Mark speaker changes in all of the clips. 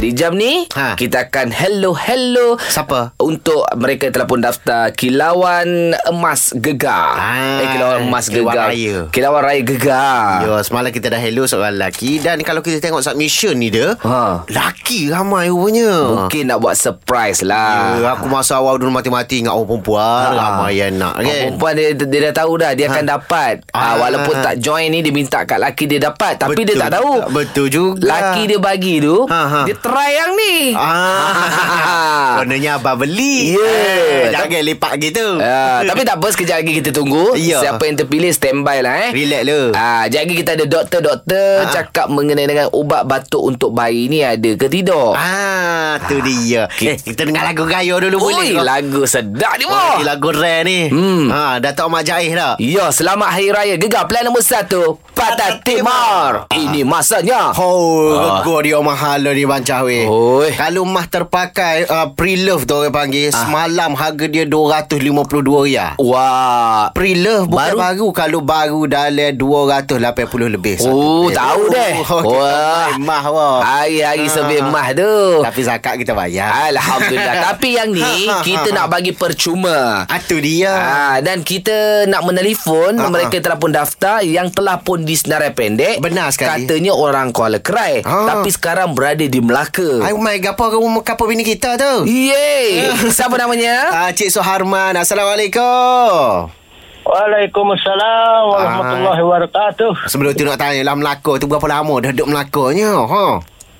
Speaker 1: Di jam ni ha.
Speaker 2: Ha.
Speaker 1: Kita akan hello hello
Speaker 2: Siapa?
Speaker 1: Untuk mereka yang telah pun daftar Kilauan Emas Gegar
Speaker 2: Ah,
Speaker 1: Eh Kilauan Emas
Speaker 2: Kilauan
Speaker 1: Gegar
Speaker 2: Raya.
Speaker 1: Kilauan Raya Gegar
Speaker 2: Ya, semalam kita dah hello soal lelaki Dan kalau kita tengok submission ni dia
Speaker 1: Ha.
Speaker 2: Lelaki ramai rupanya
Speaker 1: Mungkin nak buat surprise lah
Speaker 2: Ya, aku masa awal dulu mati-mati Ingat orang perempuan
Speaker 1: Ah.
Speaker 2: Ramai yang nak
Speaker 1: Orang
Speaker 2: kan
Speaker 1: Perempuan dia, dia dah tahu dah Dia akan dapat ah.
Speaker 2: Ha. Ah.
Speaker 1: Walaupun tak join ni Dia minta kat laki dia dapat Tapi dia
Speaker 2: Betul
Speaker 1: tak tahu
Speaker 2: juga, betul juga.
Speaker 1: Laki dia bagi tu
Speaker 2: Ha, ha.
Speaker 1: Dia try yang ni
Speaker 2: Ah, Kononnya abang beli
Speaker 1: Ya.
Speaker 2: eh, Jangan lepak gitu
Speaker 1: Ah, tapi tak apa sekejap lagi kita tunggu
Speaker 2: Ya.
Speaker 1: Siapa yang terpilih standby lah eh
Speaker 2: Relax lu
Speaker 1: Ah, sekejap lagi kita ada doktor-doktor
Speaker 2: Ah.
Speaker 1: cakap mengenai dengan ubat batuk untuk bayi ni ada ke tidak.
Speaker 2: Ah, tu dia Eh, kita dengar lagu gayo
Speaker 1: Oi,
Speaker 2: dulu boleh ke?
Speaker 1: lagu sedap ni
Speaker 2: Oh,
Speaker 1: mo.
Speaker 2: ni lagu rare ni
Speaker 1: Hmm.
Speaker 2: ha, Datuk Mak Jaih dah
Speaker 1: Ya, selamat Hari Raya Gegar Plan nombor 1 Patah Timur.
Speaker 2: Ah.
Speaker 1: Ini masanya.
Speaker 2: Oh,
Speaker 1: Ah.
Speaker 2: rego dia mahal ni bancah weh.
Speaker 1: Oi.
Speaker 2: Kalau mah terpakai uh, pre-love tu orang
Speaker 1: Ah.
Speaker 2: panggil, semalam harga dia 252 ria.
Speaker 1: Wah.
Speaker 2: Pre-love
Speaker 1: Oh.
Speaker 2: bukan
Speaker 1: Baru?
Speaker 2: baru, kalau baru dalam 280 lebih.
Speaker 1: Oh, tahu deh. Wah.
Speaker 2: Wah, mah wah.
Speaker 1: Hari-hari sebelum mah tu.
Speaker 2: Ah. Tapi Ha, zakat kita bayar.
Speaker 1: Alhamdulillah. Tapi yang ni kita nak bagi percuma.
Speaker 2: Atu dia.
Speaker 1: Ah, dan kita nak menelpon
Speaker 2: Ah,
Speaker 1: uh-huh. mereka yang telah pun daftar yang telah pun di senarai pendek.
Speaker 2: Benar sekali.
Speaker 1: Katanya orang Kuala Krai
Speaker 2: Ah.
Speaker 1: tapi sekarang berada di
Speaker 2: Ay,
Speaker 1: Melaka.
Speaker 2: my gapo rumah kapo bini kita
Speaker 1: Ya.
Speaker 2: tu?
Speaker 1: Yeay. Siapa namanya?
Speaker 2: Ah, Cik Soharman. Assalamualaikum.
Speaker 3: Waalaikumsalam warahmatullahi wabarakatuh.
Speaker 2: Sebelum tu nak tanya lah Melaka tu berapa lama dah duduk Melakanya? Ha.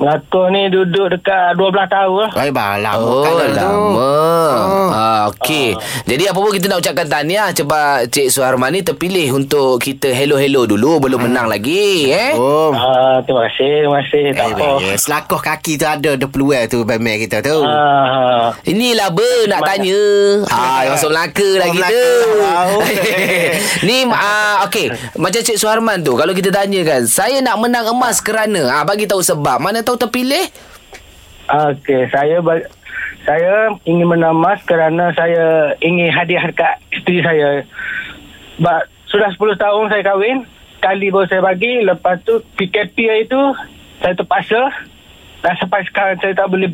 Speaker 3: Melaka ni duduk dekat 12 tahun lah.
Speaker 2: Baik balah.
Speaker 1: Oh, lama.
Speaker 2: Ah.
Speaker 1: Ah, Okey. Jadi apa pun kita nak ucapkan tahniah sebab Cik Suharman ni terpilih untuk kita hello-hello dulu belum menang lagi eh.
Speaker 2: Ah. Oh.
Speaker 3: Ah, terima kasih, terima kasih. Tak
Speaker 2: Eh,
Speaker 3: apa.
Speaker 2: eh, selakoh kaki tu ada Dia peluang tu Bemel kita tu
Speaker 3: Ah,
Speaker 1: Inilah ber nak tanya. Ah, yang masuk Melaka lagi
Speaker 2: Melaka. Ah,
Speaker 1: tu.
Speaker 2: Wow.
Speaker 1: Ni ah okey, macam Cik Suharman tu kalau kita tanya kan, saya nak menang emas kerana ah bagi tahu sebab. Mana tahu terpilih?
Speaker 3: Okey, saya ba- saya ingin menamas kerana saya ingin hadiah dekat isteri saya. Ba- sudah 10 tahun saya kahwin, kali baru saya bagi, lepas tu PKP itu saya terpaksa dan sampai sekarang saya tak boleh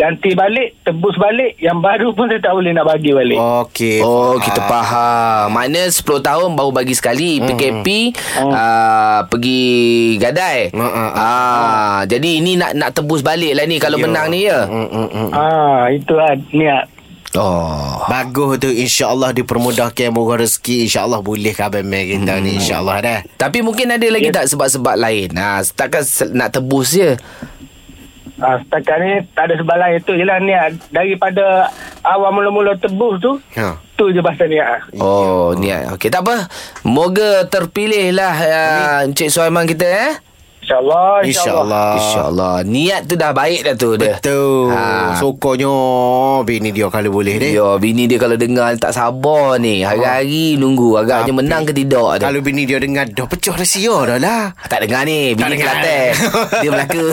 Speaker 3: ganti balik, tebus balik, yang baru pun saya tak boleh nak bagi balik.
Speaker 2: Okey
Speaker 1: Oh, kita faham. Makna 10 tahun baru bagi
Speaker 2: Hmm.
Speaker 1: sekali PKP ah, pergi gadai.
Speaker 2: Hmm, hmm,
Speaker 1: Ah, jadi ini nak nak tebus balik lah ni kalau
Speaker 2: Ya.
Speaker 1: menang ni ya.
Speaker 2: Mm, mm, mm.
Speaker 3: Ah, itulah niat.
Speaker 1: Oh.
Speaker 2: Bagus tu InsyaAllah dipermudahkan Moga rezeki InsyaAllah boleh khabar Bemel kita ni InsyaAllah dah
Speaker 1: Tapi mungkin ada lagi
Speaker 2: Ya.
Speaker 1: tak sebab-sebab lain. Ha, takkan se- nak tebus je.
Speaker 3: Ah, setakat ni tak ada sebab lain tu jelah lah, niat daripada awal mula-mula tebus tu.
Speaker 2: Ha.
Speaker 3: Tu je pasal niat. lah.
Speaker 1: Oh, niat. Okey, tak apa. Moga terpilih lah uh, Encik Suaiman kita eh.
Speaker 3: InsyaAllah,
Speaker 2: InsyaAllah
Speaker 1: InsyaAllah. Niat tu dah baik dah tu dia.
Speaker 2: Ah. Betul
Speaker 1: Ha.
Speaker 2: Sokonyo Bini dia kalau boleh deh
Speaker 1: Ya, bini dia kalau dengar tak sabar ni. Hari-hari nunggu agaknya
Speaker 2: Tapi-
Speaker 1: menang ke tidak dia.
Speaker 2: Kalau bini dia dengar Dah pecah dah sia dah lah
Speaker 1: Ah, Tak dengar ni Bini
Speaker 2: Tak dengar.
Speaker 1: Kelantan Dia Melaka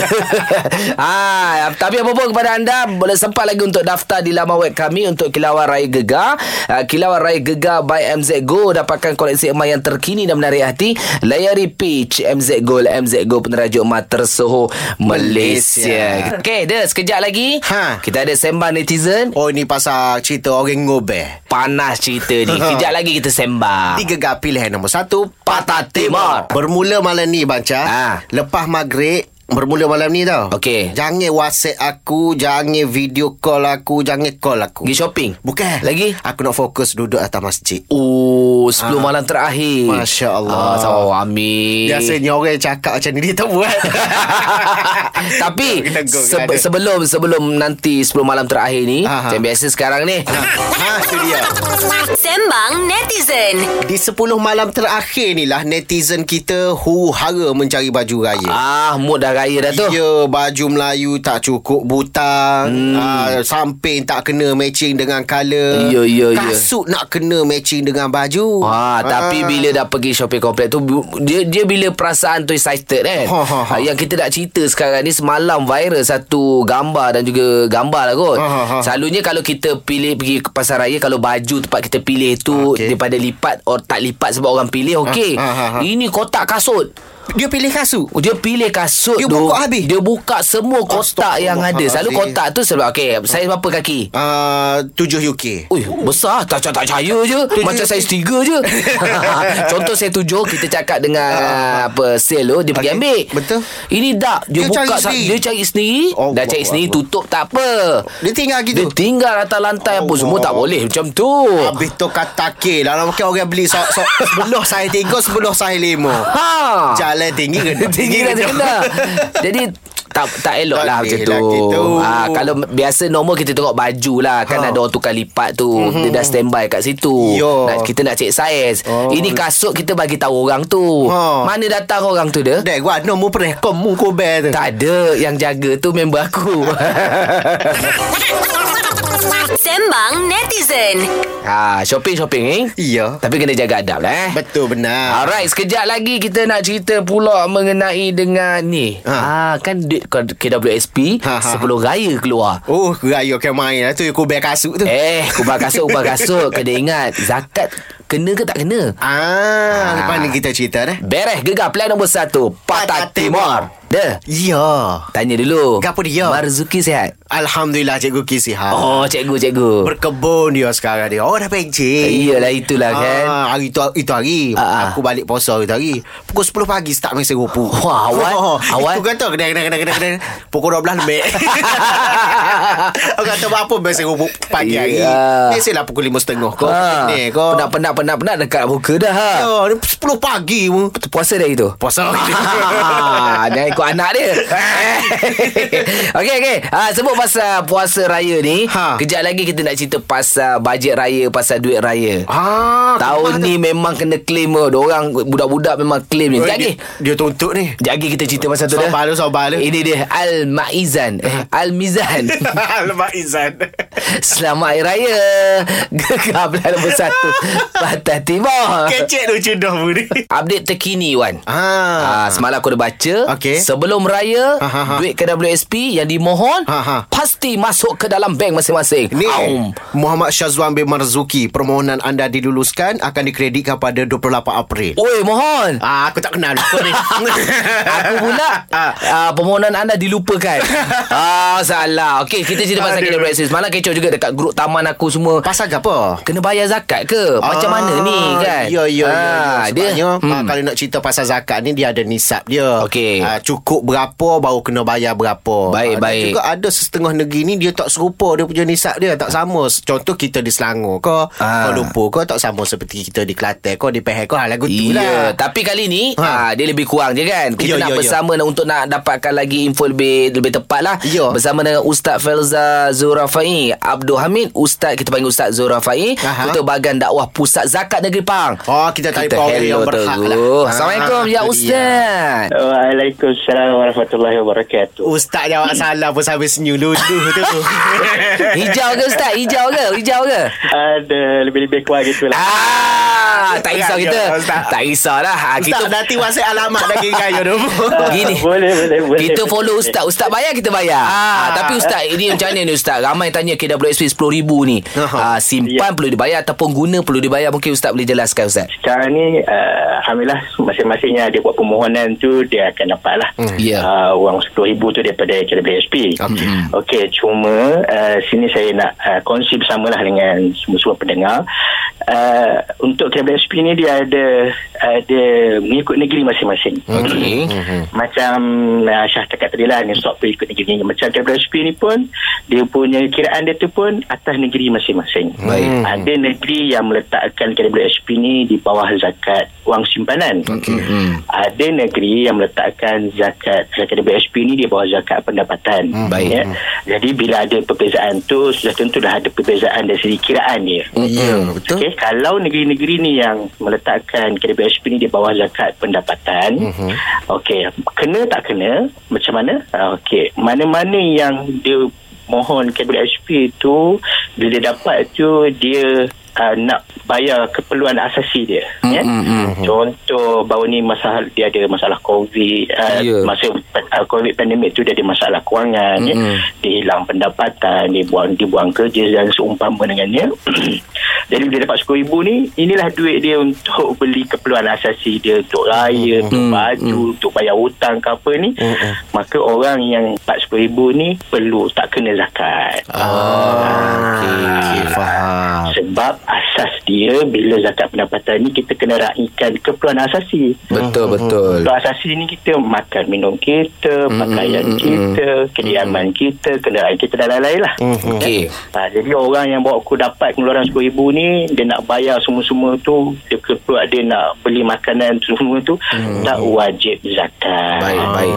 Speaker 1: ha, Tapi apa pun kepada anda Boleh sempat lagi untuk daftar Di laman web kami Untuk Kilauan Raya Gegar uh, Kilauan Raya Gegar by MZ Go Dapatkan koleksi emas yang terkini Dan menarik hati Layari page MZ Go MZ Go penerajuk emas tersohor Malaysia,
Speaker 2: Malaysia.
Speaker 1: Okey dah sekejap lagi
Speaker 2: Ha.
Speaker 1: Kita ada sembang netizen
Speaker 2: Oh ni pasal cerita orang ngobeh
Speaker 1: Panas cerita ni Sekejap lagi kita sembang
Speaker 2: Tiga gak pilihan nombor satu
Speaker 1: Patah Ah. Timur.
Speaker 2: Bermula malam ni Banca
Speaker 1: Ha.
Speaker 2: Lepas maghrib Bermula malam ni tau
Speaker 1: Okey.
Speaker 2: Jangan whatsapp aku Jangan video call aku Jangan call aku
Speaker 1: Pergi shopping
Speaker 2: Bukan
Speaker 1: Lagi
Speaker 2: Aku nak fokus duduk atas masjid
Speaker 1: Oh, 10 ah. malam terakhir.
Speaker 2: Masya Allah.
Speaker 1: Ah, sama Amin.
Speaker 2: Biasanya orang cakap macam ni Dia tak buat
Speaker 1: Tapi
Speaker 2: Kena go,
Speaker 1: se-
Speaker 2: kena ada.
Speaker 1: sebelum sebelum nanti 10 malam terakhir ni,
Speaker 2: Aha.
Speaker 1: macam biasa sekarang ni.
Speaker 2: Ha tu dia
Speaker 4: Sembang netizen.
Speaker 2: Di 10 malam terakhir ni lah Netizen kita Huru-hara mencari baju raya
Speaker 1: ah, mood dah raya dah tu.
Speaker 2: Ya, baju Melayu tak cukup butang, hmm. uh, samping tak kena matching dengan color.
Speaker 1: Ya, ya, ya.
Speaker 2: Kasut nak kena matching dengan baju.
Speaker 1: Ah, tapi bila dah pergi shopping complex tu bu- dia dia bila perasaan tu excited kan.
Speaker 2: Ha, ha, ha.
Speaker 1: Ah, Yang kita nak cerita sekarang ni semalam viral satu gambar dan juga gambar lah kot.
Speaker 2: Ha, ha, ha.
Speaker 1: Selalunya kalau kita pilih pergi ke pasar raya kalau baju tempat kita pilih tu
Speaker 2: Okey.
Speaker 1: daripada lipat or tak lipat sebab orang pilih okey.
Speaker 2: ha, ha, ha.
Speaker 1: Ini kotak kasut.
Speaker 2: dia pilih kasut.
Speaker 1: Oh, dia pilih kasut
Speaker 2: Dia
Speaker 1: tu.
Speaker 2: buka habis.
Speaker 1: Dia buka semua kotak yang ada. Selalu
Speaker 2: Astaghfirullahalazim.
Speaker 1: kotak tu selalu okey, saiz berapa kaki?
Speaker 2: Uh, 7 UK.
Speaker 1: Ui, besar. Tak tak, tak percaya je. Macam saiz tiga je. Contoh saya tujuh, kita cakap dengan apa sale tu, dia pergi
Speaker 2: Ah. Okey,
Speaker 1: ambil.
Speaker 2: betul.
Speaker 1: Ini tak. Dia,
Speaker 2: Dia
Speaker 1: buka,
Speaker 2: cari
Speaker 1: sa-
Speaker 2: sendiri. Oh,
Speaker 1: dia cari sendiri.
Speaker 2: Allah
Speaker 1: dah cari sendiri,
Speaker 2: Allah.
Speaker 1: tutup tak apa.
Speaker 2: Dia tinggal gitu.
Speaker 1: Dia tinggal atas lantai apa semua tak boleh macam tu.
Speaker 2: Habis tu kata ke Dalam mungkin orang beli so, so, Sebelah saya tiga Sebelah saya lima
Speaker 1: Ha.
Speaker 2: Jalan tinggi ke
Speaker 1: Tinggi dan rendah Jadi tak tak elok
Speaker 2: Tak
Speaker 1: lah macam
Speaker 2: elok
Speaker 1: tu.
Speaker 2: gitu.
Speaker 1: Ha, kalau biasa normal kita tengok baju lah. Kan
Speaker 2: Ha. Mhm.
Speaker 1: ada orang tukar lipat tu. Mm-hmm. Dia dah standby kat situ.
Speaker 2: Yo.
Speaker 1: Nak, kita nak cek saiz.
Speaker 2: Oh.
Speaker 1: Ini kasut kita bagi tahu orang tu.
Speaker 2: Ha.
Speaker 1: Mana datang orang tu dia?
Speaker 2: Dek gua no mu pernah Kau mu kau bear tu
Speaker 1: Tak ada yang jaga tu member aku.
Speaker 4: Sembang netizen.
Speaker 1: ha, shopping-shopping eh.
Speaker 2: Iya
Speaker 1: Tapi kena jaga adab lah eh.
Speaker 2: Betul benar
Speaker 1: Alright, sekejap lagi kita nak cerita pula mengenai dengan ni. Ha,
Speaker 2: Ha.
Speaker 1: kan duit kau- KWSP
Speaker 2: Ha, ha, ha.
Speaker 1: sebelum raya keluar.
Speaker 2: Oh raya ke main lah tu Kau bear kasut tu
Speaker 1: Eh, kubah kasut, kubah kasut. Kena ingat, zakat kena ke tak kena?
Speaker 2: Ah, Lepas ni kita cerita dah
Speaker 1: Beres gegar plan nombor satu. Patah
Speaker 2: Patah
Speaker 1: Timur. Dah.
Speaker 2: Ya
Speaker 1: Tanya dulu.
Speaker 2: Gapo dia?
Speaker 1: Marzuki sihat?
Speaker 2: Alhamdulillah cikgu kisihan
Speaker 1: Oh, cikgu, cikgu.
Speaker 2: Berkebun dia sekarang dia Oh dah pencik
Speaker 1: Iyalah, itulah kan.
Speaker 2: Ah, hari tu itu hari
Speaker 1: Ah, ah.
Speaker 2: aku balik puasa hari tu hari. Pukul 10 pagi start main serupu.
Speaker 1: Wah, awal- awal.
Speaker 2: Itu kata kena kena kena kena kena. Pukul 12 lebih. aku kata apa main serupu pagi hari.
Speaker 1: Ya.
Speaker 2: Biasalah pukul 5.30 kau.
Speaker 1: Ha,
Speaker 2: Ni kau.
Speaker 1: penat, penat, penat, penat dekat muka dah. Ha.
Speaker 2: Ya, ni 10 pagi pun.
Speaker 1: Puasa dah itu?
Speaker 2: Puasa.
Speaker 1: Ah, Jangan ikut anak dia Okey okey. Ah sebut pasal puasa raya ni ha.
Speaker 2: Ha.
Speaker 1: Kejap lagi kita nak cerita pasal Bajet raya Pasal duit raya
Speaker 2: Ah,
Speaker 1: Tahun ni memang kena claim Orang budak-budak memang claim ni
Speaker 2: Eh,
Speaker 1: Sekejap lagi
Speaker 2: dia, dia tuntut ni.
Speaker 1: Sekejap lagi kita cerita pasal tu dah
Speaker 2: Sabar lu, sabar lu.
Speaker 1: Ini dia Al-Maizan eh, Al-Mizan
Speaker 2: Lemak Izan.
Speaker 1: Selamat Hari Raya Gegar bulan nombor satu Patah Timur
Speaker 2: Kecek lucu dah pun ni.
Speaker 1: Update terkini Wan Ah,
Speaker 2: Ah.
Speaker 1: semalam aku dah baca
Speaker 2: Okey.
Speaker 1: Sebelum raya
Speaker 2: Ha, ha, ha.
Speaker 1: Duit KWSP Yang dimohon
Speaker 2: Ha, ha.
Speaker 1: Pasti masuk ke dalam bank masing-masing
Speaker 2: Ni
Speaker 1: Aum.
Speaker 2: Muhammad Syazwan bin Marzuki Permohonan anda diluluskan Akan dikreditkan pada 28 April
Speaker 1: Oi mohon
Speaker 2: Oh. Ah, aku tak kenal kau ni.
Speaker 1: Aku pula
Speaker 2: Ah.
Speaker 1: ah, Permohonan anda dilupakan ah, Salah Okey kita cerita pasal
Speaker 2: Aduh.
Speaker 1: KWSP Semalam kecoh juga Dekat grup taman aku semua
Speaker 2: Pasal apa?
Speaker 1: Kena bayar zakat ke Macam mana ni kan
Speaker 2: Ah, Ya, ya, ya,
Speaker 1: Ah,
Speaker 2: ya. Sebabnya
Speaker 1: dia,
Speaker 2: dia, hmm. Kalau nak cerita pasal zakat ni Dia ada nisab dia
Speaker 1: Okey.
Speaker 2: Ah, Cukup berapa Baru kena bayar berapa
Speaker 1: Baik,
Speaker 2: Ah, dan
Speaker 1: baik.
Speaker 2: juga ada setengah negeri ni Dia tak serupa Dia punya nisab dia Tak sama Contoh kita di Selangor Kau
Speaker 1: Ah.
Speaker 2: Kuala Lumpur Kau tak sama seperti kita di Kelantan Kau di Pahang Kau hal lagu tu
Speaker 1: Iya,
Speaker 2: lah
Speaker 1: tapi kali ni ha.
Speaker 2: Ha.
Speaker 1: dia lebih kurang je kan. Kita
Speaker 2: Ya,
Speaker 1: nak
Speaker 2: ya, ya.
Speaker 1: bersama untuk nak dapatkan lagi info lebih lebih tepat lah.
Speaker 2: Ya.
Speaker 1: Bersama dengan Ustaz Felza Zurafai Abdul Hamid, Ustaz kita panggil Ustaz Zurafai
Speaker 2: Aha.
Speaker 1: untuk bahagian dakwah Pusat Zakat Negeri Pahang.
Speaker 2: Oh, kita tanya
Speaker 1: kita
Speaker 2: power
Speaker 1: hello
Speaker 2: yang berhak lah.
Speaker 1: terus. Assalamualaikum
Speaker 2: Ah,
Speaker 1: ya
Speaker 2: itu dia.
Speaker 1: Ustaz.
Speaker 5: Waalaikumsalam warahmatullahi wabarakatuh.
Speaker 2: Ustaz jawab salah pun sampai senyum luduh tu.
Speaker 1: Hijau ke Ustaz? Hijau ke? Hijau ke?
Speaker 5: Ada lebih-lebih kurang gitu lah.
Speaker 1: Ah, tak risau
Speaker 2: Ya,
Speaker 1: kita.
Speaker 2: ya, Ustaz.
Speaker 1: Tak risahlah. Ha,
Speaker 2: Ustaz ya,
Speaker 1: kita
Speaker 2: nanti WhatsApp alamat lagi raya tu.
Speaker 5: Ah,
Speaker 1: gini.
Speaker 5: Boleh, boleh, boleh.
Speaker 1: Kita
Speaker 5: boleh,
Speaker 1: follow
Speaker 5: boleh.
Speaker 1: ustaz Ustaz bayar kita bayar ah. Tapi ustaz Ini macam mana ni ustaz Ramai tanya KWSP RM10,000 ni ah, Simpan yeah. perlu dibayar Ataupun guna perlu dibayar Mungkin ustaz boleh jelaskan ustaz
Speaker 5: Sekarang ni, uh, Alhamdulillah, masing-masingnya dia buat permohonan tu, dia akan dapat lah.
Speaker 1: Ya.
Speaker 5: Uh, wang RM10,000 tu daripada KWSP.
Speaker 2: Okey.
Speaker 5: Okey, cuma uh, sini saya nak uh, kongsi bersamalah dengan semua-semua pendengar. Uh, untuk KWSP ni dia ada uh, dia mengikut negeri masing-masing.
Speaker 1: Okey Hmm.
Speaker 5: macam uh, Syah cakap tadi lah ni stop pay ikut negeri macam WSP ni pun dia punya kiraan dia tu pun atas negeri masing-masing
Speaker 1: Baik.
Speaker 5: ada negeri yang meletakkan KWSP ni di bawah zakat wang simpanan okay. ada negeri yang meletakkan zakat KWSP ni di bawah zakat pendapatan
Speaker 1: Baik.
Speaker 5: ya. jadi bila ada perbezaan tu sudah tentu dah ada perbezaan dari segi kiraan dia
Speaker 1: Hmm.
Speaker 2: Ya, betul.
Speaker 5: Okey, kalau negeri-negeri ni yang meletakkan KDBSP ni di bawah zakat pendapatan, mm-hmm. okey, kena tak kena, macam mana? Ah, Okey, mana-mana yang dia mohon KDBSP tu bila dia dapat tu dia Uh, nak bayar keperluan asasi dia mm, ya? mm, contoh baru ni masalah dia ada masalah covid uh,
Speaker 1: Ya.
Speaker 5: masa uh, covid pandemik tu dia ada masalah kewangan mm, ya? dia hilang pendapatan dia buang dia buang kerja dan seumpama dengannya Jadi bila dapat RM10,000 ni, inilah duit dia untuk beli keperluan asasi dia untuk raya, untuk baju, untuk bayar hutang ke apa ni. Maka orang yang dapat RM10,000 ni perlu tak kena zakat.
Speaker 1: Okey, okey, faham.
Speaker 5: Sebab asas dia bila zakat pendapatan ni kita kena raikan keperluan asasi.
Speaker 1: Betul, betul.
Speaker 5: Keperluan asasi ni kita makan minum
Speaker 1: Mm,
Speaker 5: kita, pakaian kita, kediaman kita, kenderaan kita dan lain-lain lah.
Speaker 1: Mm. Okey.
Speaker 5: Ha, jadi orang yang bawa aku dapat pengeluaran RM10,000 ni dia nak bayar semua-semua tu dia keluar dia nak beli makanan semua tu tak wajib zakat
Speaker 1: Mm. Baik, baik.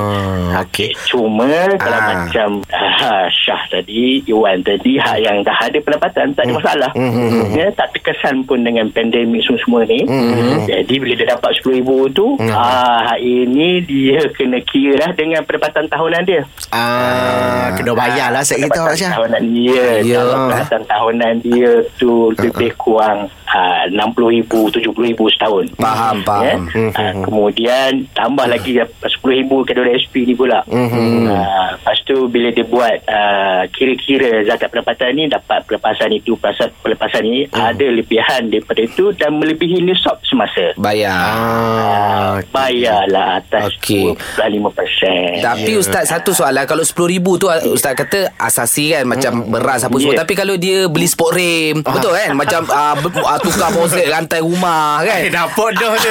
Speaker 2: Ah, Okey.
Speaker 5: Cuma kalau
Speaker 2: Ah.
Speaker 5: macam ah, Syah tadi, Iwan tadi hak yang dah ada pendapatan
Speaker 2: Hmm.
Speaker 5: tak ada masalah. Mm-hmm. Dia tak terkesan pun dengan pandemik semua-semua ni.
Speaker 2: Hmm,
Speaker 5: Mm-hmm. Jadi bila dia dapat RM10,000 tu, mm-hmm. ah hak ini dia kena kira lah dengan pendapatan tahunan dia.
Speaker 2: Ah, kena bayar lah set kita
Speaker 5: Pendapatan
Speaker 2: Pak Syah.
Speaker 5: tahunan dia.
Speaker 1: Ya. ah.
Speaker 5: Kalau pendapatan tahunan dia tu lebih kurang ah, RM60,000, RM70,000 setahun.
Speaker 1: Faham, Hmm,
Speaker 5: Ya?
Speaker 1: faham.
Speaker 5: Ah, kemudian tambah
Speaker 1: Ya.
Speaker 5: lagi RM10,000 ke dolar SP ni pula.
Speaker 1: Hmm,
Speaker 5: Ah, lepas tu bila dia buat ah, kira-kira zakat pendapatan ni dapat pelepasan itu, pelepasan, pelepasan ni
Speaker 1: Hmm.
Speaker 5: ada lebihan daripada itu dan melebihi nisab semasa.
Speaker 1: Bayar.
Speaker 2: Ah,
Speaker 5: Bayarlah atas
Speaker 1: Okey.
Speaker 5: okay. 25%.
Speaker 1: Tapi yeah. ustaz satu soalan kalau 10000 tu ustaz kata asasi kan macam beras apa semua
Speaker 5: Yeah.
Speaker 1: tapi kalau dia beli sport rim betul kan macam uh, tukar poset rantai rumah kan
Speaker 2: Eh, dapat dah dia.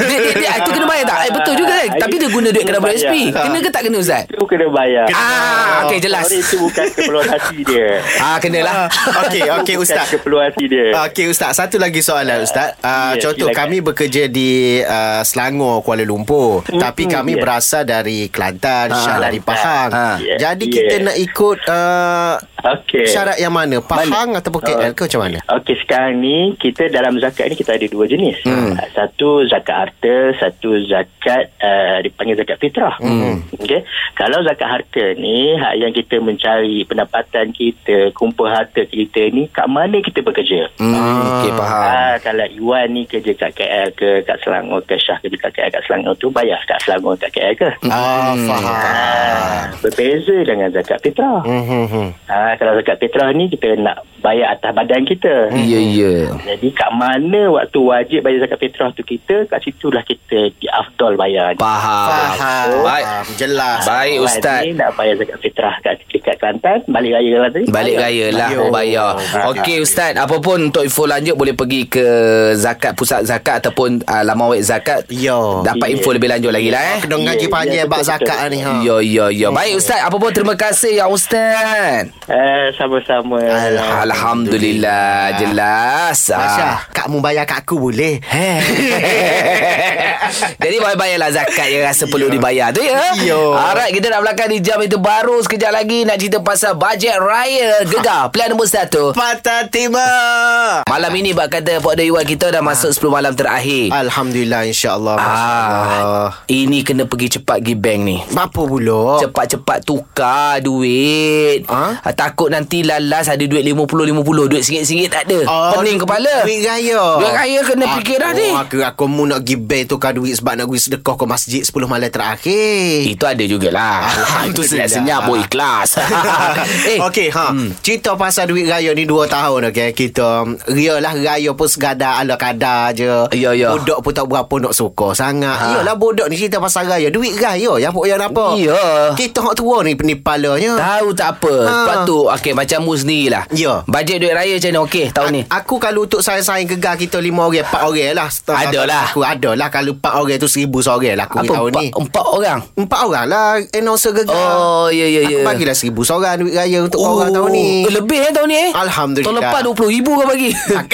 Speaker 1: dia, dia, dia, itu kena bayar tak? Eh, betul juga kan?
Speaker 5: Ah,
Speaker 1: Tapi dia guna duit
Speaker 5: kena
Speaker 1: kena SP.
Speaker 5: bayar.
Speaker 1: Kena ke tak kena Ustaz?
Speaker 5: Itu kena bayar.
Speaker 1: Ah, okey jelas.
Speaker 5: Sorry, itu bukan keperluan hati dia.
Speaker 1: Ah,
Speaker 2: lah.
Speaker 1: kenalah.
Speaker 2: Okey, okey
Speaker 5: Bukan
Speaker 2: ustaz. Ah,
Speaker 5: keperluan hati dia.
Speaker 2: Okey Ustaz, satu lagi soalan Ustaz. Uh,
Speaker 5: Ya,
Speaker 2: contoh
Speaker 5: silakan.
Speaker 2: kami bekerja di uh, Selangor, Kuala Lumpur. Mm, tapi kami
Speaker 5: ya. Ah,
Speaker 2: berasal dari Kelantan, Syah dari Pahang.
Speaker 1: Ha.
Speaker 5: Ya,
Speaker 2: Jadi
Speaker 5: ya.
Speaker 2: kita nak ikut uh,
Speaker 5: Okey.
Speaker 2: syarat yang mana? Pahang ataupun
Speaker 5: Ah.
Speaker 2: KL ke macam mana?
Speaker 5: Okey sekarang ni kita dalam zakat ni kita ada dua jenis. Hmm. Satu zakat harta, satu zakat uh, dipanggil zakat fitrah. Hmm. Okey. Kalau zakat harta ni hak yang kita mencari pendapatan kita, kumpul harta kita ni kat mana kita bekerja.
Speaker 1: Hmm, okey faham.
Speaker 5: Ah, kalau Iwan ni kerja kat KL ke kat Selangor ke Syah kerja kat KL kat Selangor tu bayar kat Selangor kat KL ke?
Speaker 2: Ah, faham.
Speaker 5: Ah, berbeza dengan zakat fitrah.
Speaker 2: Mhm, mhm.
Speaker 5: Ah, kalau zakat fitrah ni kita nak bayar atas badan kita.
Speaker 1: Ya, ya.
Speaker 5: Jadi kat mana waktu wajib bayar zakat fitrah tu kita, kat situlah kita diafdol bayar.
Speaker 1: Faham.
Speaker 2: Faham.
Speaker 1: Baik.
Speaker 2: Jelas.
Speaker 1: Baik
Speaker 5: Wajib
Speaker 1: Ustaz.
Speaker 5: nak bayar zakat fitrah kat dekat Kelantan, balik raya Kelantan. tadi.
Speaker 1: Balik
Speaker 5: bayar.
Speaker 1: raya lah
Speaker 2: Bayar.
Speaker 1: Oh bayar
Speaker 2: Bayar.
Speaker 1: Okey Ustaz Apa pun untuk info lanjut Boleh pergi ke Zakat Pusat Zakat Ataupun uh, Laman web Zakat
Speaker 2: Yo.
Speaker 1: Dapat info lebih lanjut lagi lah eh
Speaker 2: Kena ngaji
Speaker 5: Ya,
Speaker 2: panjang
Speaker 5: ya,
Speaker 2: bab
Speaker 5: betul,
Speaker 2: zakat
Speaker 5: betul.
Speaker 2: ni ha.
Speaker 1: Ya ya ya Baik Ustaz Apa pun terima kasih ya Ustaz
Speaker 5: Eh, sama-sama.
Speaker 1: Alhamdulillah Jelas Ah.
Speaker 2: Masya, Kak mu bayar kat aku boleh.
Speaker 1: Jadi bayar-bayarlah zakat yang rasa perlu dibayar tu ya.
Speaker 2: Ya.
Speaker 1: Alright, kita nak belakang di jam itu baru sekejap lagi nak cerita pasal bajet raya gegar. Pilihan nombor satu.
Speaker 2: Patah tiba.
Speaker 1: Malam ini bak kata Pak Dewa kita dah masuk 10 malam terakhir.
Speaker 2: Alhamdulillah insya-Allah. Masya-Allah.
Speaker 1: Ah, ini kena pergi cepat pergi bank ni.
Speaker 2: Apa pula?
Speaker 1: Cepat-cepat tukar duit.
Speaker 2: Oh. Ha?
Speaker 1: Ah, Takut nanti lalas ada duit 50-50. Duit sikit-sikit tak ada.
Speaker 2: Oh,
Speaker 1: Pening kepala.
Speaker 2: Duit raya Ah, Oh,
Speaker 1: Duit raya kena fikir dah ni.
Speaker 2: Aku, aku mu nak pergi bank tukar duit Sebab nak pergi sedekah ke masjid 10 malam terakhir
Speaker 1: Itu ada jugalah. Itu
Speaker 2: Eh. Alhamdulillah.
Speaker 1: senyap-senyap boy kelas.
Speaker 2: eh, Okey ha hmm. Cerita pasal duit raya ni 2 tahun okay? Kita Rialah raya pun sekadar ala kadar je
Speaker 1: Ya, ya.
Speaker 2: Budak pun tak berapa nak suka sangat
Speaker 1: Ha.
Speaker 2: ha. Yalah budak ni cerita pasal raya Duit raya Yang pun yang apa
Speaker 1: Ya.
Speaker 2: Kita hak tua ni Penipalanya
Speaker 1: Tahu tak apa ha.
Speaker 2: Ha.
Speaker 1: Sebab tu Okay macam mu sendiri lah
Speaker 2: Ya.
Speaker 1: Bajet duit raya macam mana Okey tahun ni
Speaker 2: Aku kalau untuk saing-saing gegar kita lima orang, empat orang lah.
Speaker 1: Adalah.
Speaker 2: Aku adalah. Kalau empat orang tu seribu seorang lah aku
Speaker 1: Apa
Speaker 2: Apa, tahun
Speaker 1: empat,
Speaker 2: ni.
Speaker 1: empat orang
Speaker 2: Empat orang lah announcer gegar.
Speaker 1: Oh ya ya ya
Speaker 2: Aku bagilah seribu seorang duit raya untuk oh. orang tahun ni.
Speaker 1: eh, Lebih eh tahun ni eh
Speaker 2: Alhamdulillah.
Speaker 1: Tahun lepas RM20,000 kau bagi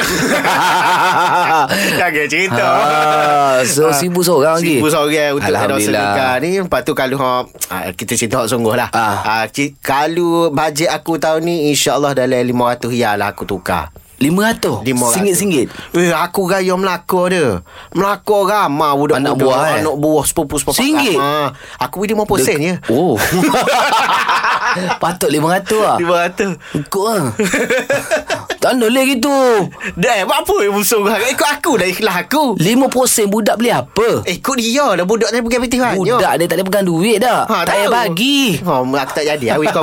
Speaker 2: Jangan cerita.
Speaker 1: Ah, so, seribu seorang lagi?
Speaker 2: Seribu seorang untuk announcer
Speaker 1: Alhamdulillah.
Speaker 2: gegar ni. Lepas tu kalau hak, ah, kita cerita hak sungguh lah.
Speaker 1: Ah.
Speaker 2: Ah. ci- kalau bajet aku tahun ni insyaAllah dalam 500 riyal lah aku tukar.
Speaker 1: RM500
Speaker 2: RM500.
Speaker 1: Singgit-singgit
Speaker 2: Eh, aku raya Melaka dia. Melaka ramah budak-budak.
Speaker 1: Anak buah, eh?
Speaker 2: Anak buah, sepupu-sepupu.
Speaker 1: Singgit?
Speaker 2: Ha, aku beli 50 sen ya? je.
Speaker 1: Oh Patut RM500 lah
Speaker 2: 500.
Speaker 1: Ikut lah Tak boleh gitu
Speaker 2: Dah, buat apa yang musuh kau? Ikut aku dah, ikhlas aku.
Speaker 1: 5% budak beli apa
Speaker 2: Eh, Ikut dia lah. Budak tadi pergi peti
Speaker 1: Budak dia tak boleh pegang duit dah Tak payah bagi
Speaker 2: Oh, aku tak jadi. Awi Ha, kau.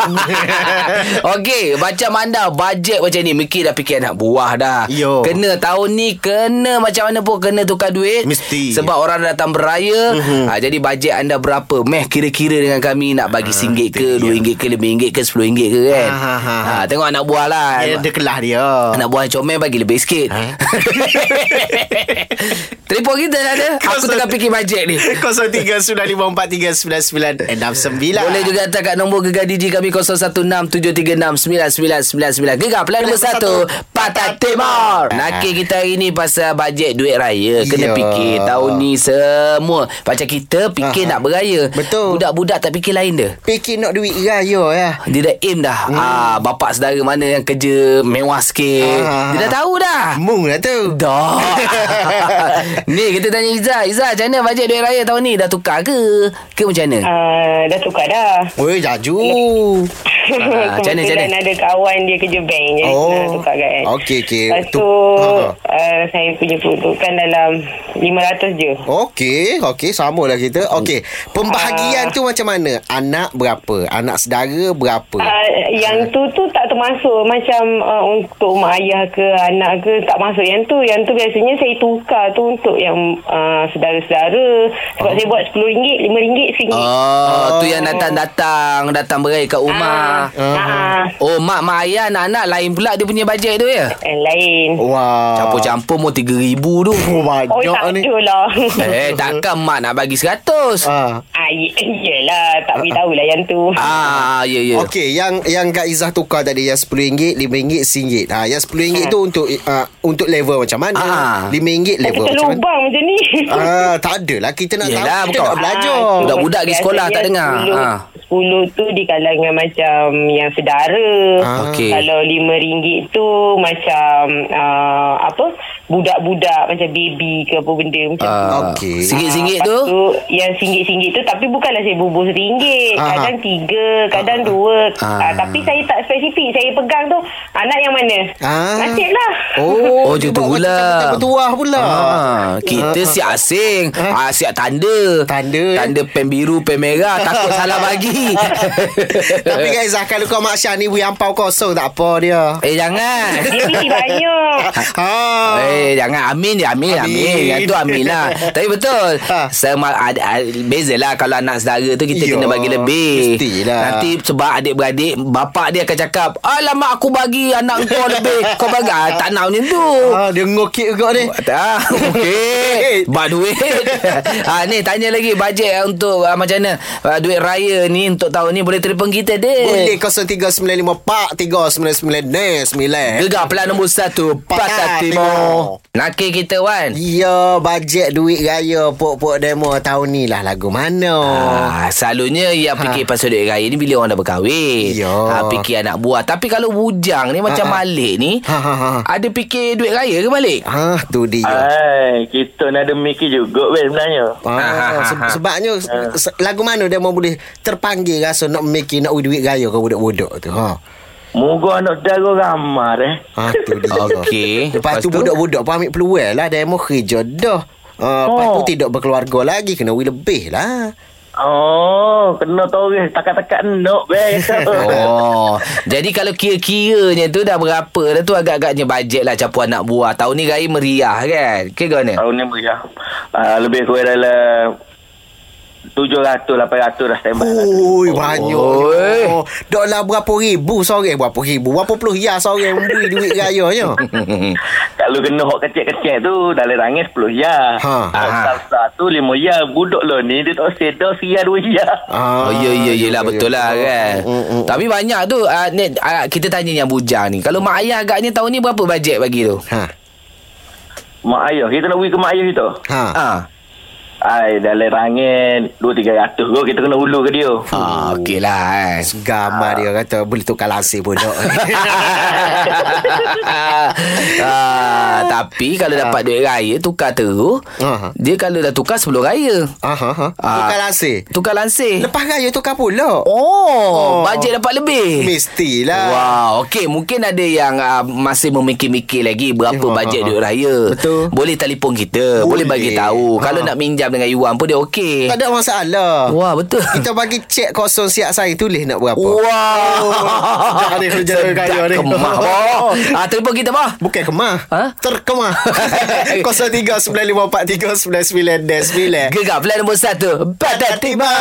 Speaker 1: Okey, macam anda bajet macam ni, Miki dah fikir anak kuah dah.
Speaker 2: Yo.
Speaker 1: Kena tahun ni kena macam mana pun kena tukar duit.
Speaker 2: Mesti. Mhm.
Speaker 1: Sebab orang datang beraya. Mm-hmm. Ha, jadi bajet anda berapa? Meh kira-kira dengan kami nak
Speaker 2: Ah,
Speaker 1: bagi RM1 ke, RM2 ke, RM5 ke, RM10 ke kan.
Speaker 2: Ha, ha, ha.
Speaker 1: Ha, tengok anak buah lah.
Speaker 2: Ya, Dia dekelah dia.
Speaker 1: Anak buah comel bagi lebih sikit ha? Telefon kita dah ada Aku
Speaker 2: Kau
Speaker 1: tengah fikir bajet ni
Speaker 2: Eh, 0395439969.
Speaker 1: Boleh juga hantar kat nombor gegar DJ kami 0167369999. Gegar pelan nombor
Speaker 2: Pelan
Speaker 1: satu
Speaker 2: nombor satu,
Speaker 1: Patah Timur. Nakik kita hari ni pasal bajet duit raya. Kena
Speaker 2: Ya.
Speaker 1: fikir tahun ni semua. Macam kita fikir
Speaker 2: Aha.
Speaker 1: nak beraya.
Speaker 2: Betul.
Speaker 1: Budak-budak tak fikir lain dah.
Speaker 2: Fikir nak duit raya ya.
Speaker 1: Dia dah aim dah hmm. ah, Bapak saudara mana yang kerja Mewah sikit
Speaker 2: Ah.
Speaker 1: Dia dah tahu dah
Speaker 2: Mung lah tu.
Speaker 1: Dah Ni kita tanya Izzah Izzah macam mana bajet duit raya tahun ni Dah tukar ke Ke macam mana
Speaker 6: Uh, dah tukar dah.
Speaker 2: Oi, jaju.
Speaker 1: Oh. Ah, macam mana, macam
Speaker 6: Kebetulan
Speaker 1: mana?
Speaker 6: ada kawan dia kerja bank Jadi
Speaker 2: Oh.
Speaker 6: oh. nak tukar kan
Speaker 2: Okey, okey.
Speaker 6: Lepas
Speaker 2: Tu-
Speaker 6: tu
Speaker 2: Ha, ha.
Speaker 6: uh, Saya punya peruntukan dalam 500 je
Speaker 2: Okey, okey sama lah kita.
Speaker 6: Ah.
Speaker 2: Okey, pembahagian tu macam mana? Anak berapa? Anak saudara berapa?
Speaker 6: Uh, yang tu tu tak termasuk Macam uh, untuk mak ayah ke anak ke tak masuk Yang tu yang tu biasanya saya tukar tu untuk yang uh, saudara-saudara Sebab saya buat RM10, RM5, RM1
Speaker 2: Ah,
Speaker 1: Oh, tu yang datang-datang Datang berai kat rumah
Speaker 6: uh, uh,
Speaker 1: Oh, mak, mak ayah, anak-anak Lain pula dia punya bajet tu ya
Speaker 6: Yang lain
Speaker 2: Wah.
Speaker 1: Campur-campur mau RM3,000 tu
Speaker 2: Oh, banyak
Speaker 6: Oh tak
Speaker 2: ni.
Speaker 6: adalah
Speaker 1: Eh, takkan mak nak bagi RM100
Speaker 2: Ah.
Speaker 6: Ah, ye- yelah, tak beritahulah yang tu.
Speaker 1: Ah, ya, ya
Speaker 2: Okey, yang yang Kak Izzah tukar tadi yang RM10, RM5, RM1. Ha, yang
Speaker 6: Ah.
Speaker 2: RM10 tu untuk uh, untuk level macam mana?
Speaker 1: Ah.
Speaker 2: RM5
Speaker 6: Tak
Speaker 2: level
Speaker 6: kita
Speaker 2: eh, macam mana?
Speaker 6: lubang macam ni.
Speaker 2: Ah, tak adalah kita nak
Speaker 1: Yelah,
Speaker 2: tahu, kita
Speaker 1: bukan-
Speaker 2: nak belajar.
Speaker 6: Ah, tu
Speaker 1: Budak-budak pergi
Speaker 6: biasanya
Speaker 1: sekolah tak dengar.
Speaker 6: 10,
Speaker 1: Ah.
Speaker 6: 10 tu di kalangan macam yang sedara.
Speaker 2: Ah.
Speaker 1: Okey.
Speaker 6: Kalau RM5 tu macam ah, apa? Budak-budak macam baby ke apa benda macam tu.
Speaker 1: Ah,
Speaker 2: Okey.
Speaker 1: Singgit-singgit
Speaker 6: Lepas
Speaker 1: tu
Speaker 6: Yang singgit-singgit tu Tapi bukanlah saya bubur seringgit
Speaker 2: Ah.
Speaker 6: Kadang tiga Kadang dua
Speaker 1: Ah.
Speaker 6: ah. Tapi saya tak spesifik Saya pegang tu Anak yang mana
Speaker 2: Ah.
Speaker 6: Nasib lah
Speaker 1: Oh,
Speaker 2: dia
Speaker 1: macam tu
Speaker 2: buat
Speaker 1: pula.
Speaker 2: macam bertuah pula.
Speaker 1: Ah, kita siap asing ah, Siap tanda
Speaker 2: Tanda, eh?
Speaker 1: Tanda pen biru, pen merah Takut salah bagi
Speaker 2: Tapi guys Zah Kalau kau Mak Syah ni Beri ampau kosong Tak apa dia
Speaker 1: Eh, jangan
Speaker 6: Dia pilih banyak
Speaker 2: Ha
Speaker 1: Eh jangan amin ya amin, amin
Speaker 2: Amin.
Speaker 1: amin yang tu amin lah. Tapi betul.
Speaker 2: Ha.
Speaker 1: Sama ada, ada bezalah kalau anak saudara tu kita
Speaker 2: Ya,
Speaker 1: kena bagi lebih.
Speaker 2: mestilah.
Speaker 1: Nanti sebab adik-beradik bapak dia akan cakap, "Alamak aku bagi anak kau lebih. Kau bagi ah, tak nak macam tu."
Speaker 2: Ah, dia ngokit juga ni.
Speaker 1: Tak Okey Bak duit ha, Ni tanya lagi Bajet eh, untuk uh, Macam mana uh, Duit raya ni Untuk tahun ni Boleh telefon kita dek
Speaker 2: Boleh 0395439999.
Speaker 1: Gegar pelan nombor satu Patah
Speaker 2: Patah
Speaker 1: Timur
Speaker 2: Timur.
Speaker 1: Nakir kita Wan
Speaker 2: Ya, bajet duit raya pok-pok demo tahun ni lah lagu mana. Oh.
Speaker 1: Ah, selalunya yang fikir ha. pasal duit raya ni bila orang dah berkahwin.
Speaker 2: Ya.
Speaker 1: Ha, fikir anak buah. Tapi kalau bujang ni macam Malik ni,
Speaker 2: Ha, ha, ha.
Speaker 1: ada fikir duit raya ke Malik?
Speaker 2: Ah, tu dia.
Speaker 5: Hai, kita nak ada mikir juga weh sebenarnya.
Speaker 1: Ha,
Speaker 2: Ah, se- sebabnya se- lagu mana demo boleh terpanggil rasa nak make nak duit raya ke budak-budak tu. Ha.
Speaker 5: Moga anak saudara ramar eh.
Speaker 2: Ha tu dia.
Speaker 1: Okey. Eh,
Speaker 2: Lepas,
Speaker 1: Lepas
Speaker 2: tu
Speaker 1: tu?
Speaker 2: budak-budak pun ambil peluang lah demo kerja dah. Uh, oh. Lepas tu
Speaker 5: Oh.
Speaker 2: tidak berkeluarga lagi Kena wih lebih lah
Speaker 5: Oh, kena toreh takat-takat nok weh.
Speaker 1: Oh, jadi kalau kira-kiranya tu dah berapa dah tu agak-agaknya bajet lah campur anak buah. Tahun ni raya meriah kan? Ke
Speaker 2: Ya.
Speaker 1: mana?
Speaker 5: Tahun ni meriah. Uh, lebih kurang dalam 700 800 dah tembak. Oh.
Speaker 2: Ui banyak
Speaker 1: Oi.
Speaker 2: oh. Dok lah berapa ribu seorang Berapa ribu Berapa puluh ya seorang Memberi duit rayanya
Speaker 5: Kalau kena hok kecil-kecil tu dalam rangi 10 ya.
Speaker 2: Ha.
Speaker 5: Ha. Besar-besar tu 5 ya. Budak lo ni dia tak sedar sia 2 ya.
Speaker 1: Oh,
Speaker 2: ah,
Speaker 1: ya, ya, ya lah. Betul lah kan.
Speaker 2: Mm, mm,
Speaker 1: Tapi banyak tu. Uh, ni, uh, kita tanya yang bujang ni. Kalau mak ayah agaknya tahun ni berapa bajet bagi tu?
Speaker 2: Ha
Speaker 5: Mak ayah, kita nak pergi ke mak ayah kita.
Speaker 2: Ha
Speaker 1: Ha.
Speaker 5: Ai dalam rangi 2 300 kot kita kena hulu ke dia.
Speaker 1: Ah, okey lah kan.
Speaker 2: Gambar dia kata Boleh tukar lasik budak
Speaker 1: ah, tapi kalau dapat duit raya tukar terus,
Speaker 2: Ah.
Speaker 1: dia kalau dah tukar sebelum raya.
Speaker 2: Aha,
Speaker 1: Ah.
Speaker 2: ha. Tukar lasik
Speaker 1: Tukar lansir.
Speaker 2: Lepas raya tukar
Speaker 1: Oh,
Speaker 2: pula
Speaker 1: oh, bajet dapat lebih.
Speaker 2: Mestilah
Speaker 1: Wow, okey mungkin ada yang uh, masih memikir-mikir lagi berapa
Speaker 2: Ya,
Speaker 1: bajet
Speaker 2: ha, ha.
Speaker 1: duit raya.
Speaker 2: Betul.
Speaker 1: Boleh telefon kita, boleh, boleh
Speaker 2: Boleh.
Speaker 1: bagi tahu.
Speaker 2: Ha.
Speaker 1: Kalau nak minjam Mariam dengan Iwan pun dia okey.
Speaker 2: Tak ada masalah.
Speaker 1: Wah, betul.
Speaker 2: Kita bagi cek kosong siap saya tulis nak berapa.
Speaker 1: Wow.
Speaker 2: Sedap ni kerja kaya ni.
Speaker 1: Kemah, boh. Ah, telefon kita, boh.
Speaker 2: Bukan kemah.
Speaker 1: Ha?
Speaker 2: Terkemah. 0395439999.
Speaker 1: Gegar Plan nombor 1 Badan Tiba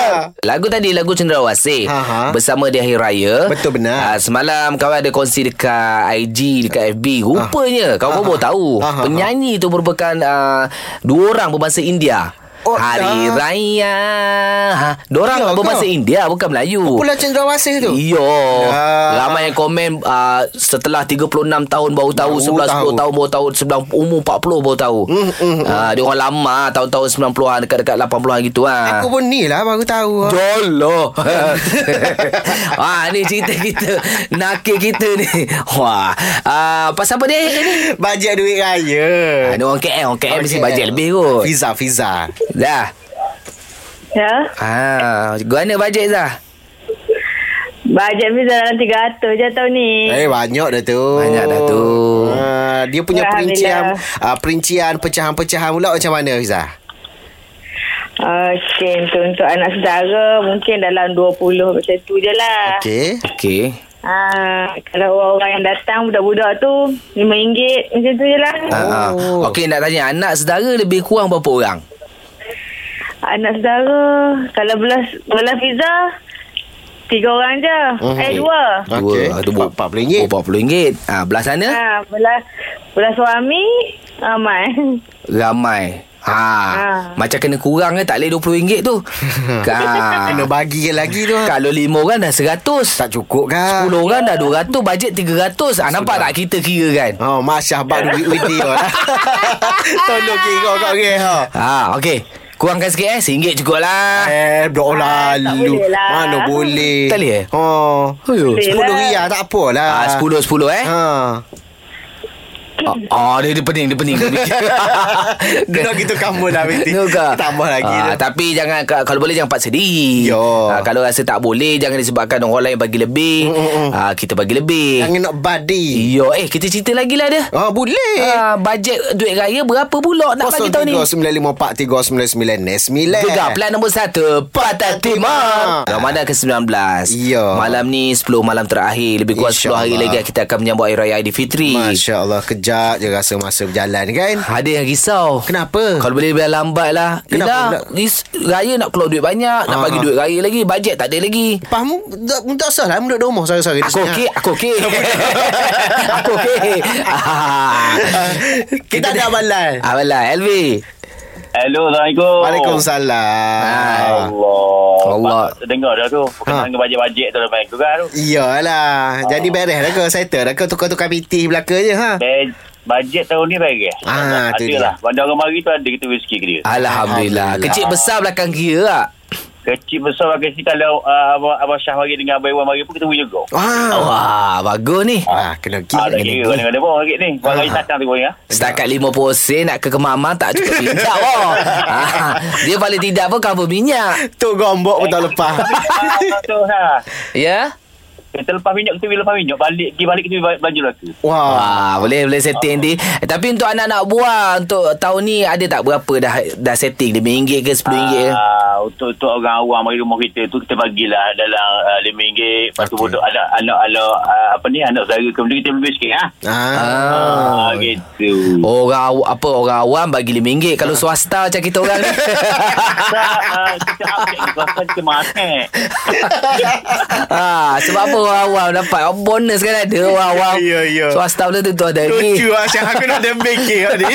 Speaker 1: Lagu tadi Lagu Cendrawasih
Speaker 2: Aha.
Speaker 1: Bersama di Hari Raya
Speaker 2: Betul benar.
Speaker 1: Ah, Semalam kawan ada kongsi Dekat IG Dekat FB Rupanya Kawan pun baru tahu
Speaker 2: Ah. Aha.
Speaker 1: Penyanyi itu merupakan ah, Dua orang berbahasa India
Speaker 2: Oh,
Speaker 1: Hari
Speaker 2: dah.
Speaker 1: Raya ha, Diorang
Speaker 2: Ya ke?
Speaker 1: berbahasa India Bukan Melayu
Speaker 2: Pulau Cendrawasih tu.
Speaker 1: Yo,
Speaker 2: Ah.
Speaker 1: ramai yang komen uh, setelah 36 tahun baru tahu,
Speaker 2: Baru
Speaker 1: sebelah
Speaker 2: tahu.
Speaker 1: 10 tahun baru tahu, sebelah umur 40 baru tahu. Mm, mm, uh, dia orang lama tahun-tahun 90-an dekat-dekat 80-an gitu ah.
Speaker 2: Aku pun ni lah baru tahu.
Speaker 1: Jolo. ah ni cerita kita, nakik kita ni. Wah, uh, pasal apa dia ni?
Speaker 2: Bajet duit raya.
Speaker 1: Ada orang KL, orang KL
Speaker 2: Okey.
Speaker 1: Ah, mesti bajet lebih kot.
Speaker 2: Fiza, Fiza.
Speaker 1: Dah.
Speaker 6: Ya.
Speaker 1: Ah, guna bajet Zah?
Speaker 6: Bajet Fiza dalam 300 je tahun ni.
Speaker 2: Eh banyak dah tu.
Speaker 1: Banyak dah tu.
Speaker 2: Ah, dia punya perincian
Speaker 6: Alhamdulillah.
Speaker 2: uh, perincian pecahan-pecahan pula macam mana Fiza?
Speaker 6: Okey, untuk, untuk anak saudara mungkin dalam 20 macam tu je lah.
Speaker 2: Okey.
Speaker 1: Okey.
Speaker 6: Ah, kalau orang-orang yang datang budak-budak tu RM5 macam tu je lah.
Speaker 1: Ah, ah. Okey nak tanya anak saudara lebih kurang berapa orang?
Speaker 6: Anak saudara kalau belas belas pizza tiga orang je.
Speaker 2: Mhm.
Speaker 6: Mm-hmm. Eh dua.
Speaker 2: Okey.
Speaker 1: Dua, tu bu-
Speaker 2: RM40.
Speaker 1: RM40. Ah, belah sana ha.
Speaker 6: Ha, belas belas suami ramai.
Speaker 1: ramai. Ha. ha.
Speaker 6: Ha.
Speaker 1: Macam kena kurang ke tak boleh RM20 tu. ha.
Speaker 2: Kena bagi lagi tu. ah.
Speaker 1: Kalau lima orang dah seratus.
Speaker 2: Tak cukup kan?
Speaker 1: Sepuluh orang dah dua ratus. Bajet tiga ratus. Ah, nampak tak kita kira kan?
Speaker 2: Oh, Masya abang duit with dia. lah. Tolong kira kau orang ha.
Speaker 1: Ha, okey. Kurangkan sikit eh. RM1 cukup lah.
Speaker 2: Eh, dok
Speaker 6: Ah, tak
Speaker 2: lalu.
Speaker 6: boleh lah.
Speaker 2: Mana boleh.
Speaker 1: Tak boleh, eh?
Speaker 2: Oh.
Speaker 1: Ayuh.
Speaker 6: Boleh
Speaker 2: Sepuluh
Speaker 6: lah.
Speaker 2: ria tak apalah.
Speaker 1: Ah, sepuluh, sepuluh eh.
Speaker 2: Ha.
Speaker 1: Ah, ah, dia, dia pening, dia pening.
Speaker 2: Kena gitu kamu lah Binti.
Speaker 1: Nuka.
Speaker 2: Tambah lagi.
Speaker 1: Ah,
Speaker 2: dia.
Speaker 1: tapi jangan kalau boleh jangan paksa diri.
Speaker 2: Yo. Mm,
Speaker 1: Ah, kalau rasa tak boleh jangan disebabkan orang lain bagi lebih. Ah, kita bagi lebih.
Speaker 2: Jangan nak badi.
Speaker 1: Yo, eh kita cerita lagi lah dia.
Speaker 2: Ah, boleh.
Speaker 1: Ah, bajet duit raya berapa pula nak bagi tahu ni?
Speaker 2: 0395439999.
Speaker 1: Gegar plan nombor 1 Patah Timur
Speaker 2: Timur.
Speaker 1: Ramadan ke-19
Speaker 2: Ya.
Speaker 1: Malam ni 10 malam terakhir Lebih kurang 10 hari
Speaker 2: InsyaAllah.
Speaker 1: lagi Kita akan menyambut Hari Raya Aidilfitri
Speaker 2: Masya Allah Kejap je rasa masa berjalan kan
Speaker 1: Ada yang risau
Speaker 2: Kenapa?
Speaker 1: Ha. Kalau boleh biar lambat lah
Speaker 2: Hmm. Kenapa
Speaker 1: Yelah ris- Raya nak keluar duit banyak Nak
Speaker 2: Ah.
Speaker 1: bagi duit raya lagi Bajet tak ada lagi
Speaker 2: Pahamu tak, tak usah lah Duduk di rumah sore-sore
Speaker 1: Aku okey Aku okey Aku okey Ah.
Speaker 2: Kita ada balai
Speaker 1: Abalah Elvi
Speaker 5: Hello, Assalamualaikum.
Speaker 2: Waalaikumsalam
Speaker 5: Allah.
Speaker 1: Allah.
Speaker 5: Patut Dengar dah tu.
Speaker 2: Ha.
Speaker 5: Berkenaan dengan bajet-bajet tu dah main tu kan tu.
Speaker 2: Iyalah Jadi beres dah kau Settle dah kau Tukar-tukar pitih belaka je ha?
Speaker 5: Dan Eh, bajet tahun ni baik eh?
Speaker 2: Ah, tu dia.
Speaker 5: Adalah. Bandar kemari tu ada kita rezeki ke dia.
Speaker 1: Alhamdulillah
Speaker 2: Alhamdulillah.
Speaker 1: Kecil besar belakang kira tak
Speaker 5: Kecil besar bagai si kalau uh, Abang, Abang Syah mari dengan Abang Iwan mari pun kita boleh juga.
Speaker 1: Ah.
Speaker 2: Wah
Speaker 1: Wah bagus ni
Speaker 2: Wah kena gila
Speaker 5: Ah, tak kira
Speaker 2: kena gila.
Speaker 5: mana-mana pun sikit ni. Barang
Speaker 2: Ah.
Speaker 5: ni datang tu pun ya.
Speaker 1: Setakat RM50 nak ke kemamang tak cukup minyak oh. ha, Dia paling tidak pun cover minyak
Speaker 2: Tu gombok pun tak lepas
Speaker 5: Ah, tu ha.
Speaker 1: Ya
Speaker 5: Kita lepas minyak, kita lepas minyak. Balik, pergi balik, kita baju lelaki.
Speaker 2: Wah
Speaker 1: Wah, Ah, boleh boleh setting ni. Eh, tapi untuk anak-anak buah untuk tahun ni ada tak berapa dah dah setting RM5 ke RM10 ke?
Speaker 5: Ah, untuk untuk orang awam mari rumah kita tu kita bagilah dalam ah, RM5. Lepas tu
Speaker 2: Okey.
Speaker 5: bodoh anak anak anak ah, apa ni anak saudara kemudian kita lebih sikit ah.
Speaker 2: Ah,
Speaker 5: Ah,
Speaker 1: Ah.
Speaker 5: gitu.
Speaker 1: Orang aw- apa orang awam bagi RM5. Kalau swasta macam kita orang ni.
Speaker 5: Kita ah, kita update kita rasa kita makan.
Speaker 1: ha, sebab apa orang awam dapat oh, bonus kan ada orang awam.
Speaker 2: Ya, ya.
Speaker 1: Swasta pula tentu ada lagi.
Speaker 2: Lucu lah Syah Aku nak dembeki kau ni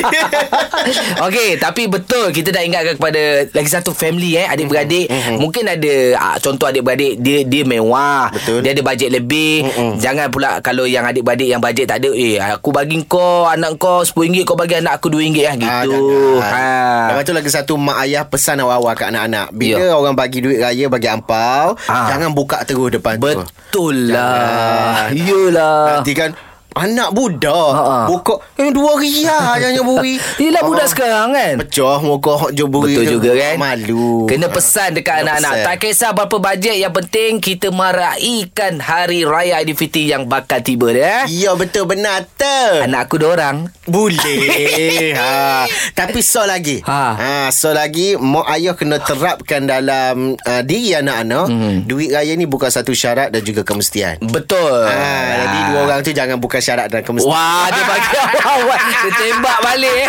Speaker 1: Okey, tapi betul kita dah ingatkan kepada lagi satu family eh,
Speaker 2: Mhm.
Speaker 1: adik-beradik. Mm-hmm. Mungkin ada ah, contoh adik-beradik dia dia mewah,
Speaker 2: Betul. Mhm.
Speaker 1: dia ada bajet lebih. Mm-hmm. Jangan pula kalau yang adik-beradik yang bajet tak ada, eh aku bagi kau anak kau RM10, kau bagi anak aku RM2 ah gitu.
Speaker 2: ha. Lepas
Speaker 1: Ha.
Speaker 2: tu lagi satu Mak ayah pesan awal-awal Kat anak-anak Bila
Speaker 1: Ya.
Speaker 2: orang bagi duit raya Bagi ampau
Speaker 1: Ah.
Speaker 2: Jangan buka terus depan tu
Speaker 1: Betul lah. Iyalah.
Speaker 2: Nanti kan Anak budak uh-huh. Buka eh, Dua ria Jangan buri
Speaker 1: Yelah budak sekarang kan
Speaker 2: Pecah lah, muka Hok je buri
Speaker 1: Betul juga kan
Speaker 2: Malu Ah.
Speaker 1: Kena pesan dekat
Speaker 2: Kena
Speaker 1: anak-anak
Speaker 2: pesan.
Speaker 1: Tak kisah berapa bajet Yang penting kita meraikan Hari Raya Aidilfitri Yang bakal tiba dia eh?
Speaker 2: Ya betul benar tu
Speaker 1: Anak aku dorang
Speaker 2: Boleh ha. Tapi so lagi
Speaker 1: Ha.
Speaker 2: ha. So lagi Mak ayah kena terapkan dalam uh, Diri anak-anak mm. Duit raya ni bukan satu syarat Dan juga kemestian
Speaker 1: Mhm. Betul
Speaker 2: ha. Jadi dua orang tu Jangan bukan syarat dan kemestian
Speaker 1: Wah, dia bagi awal-awal. Dia tembak balik.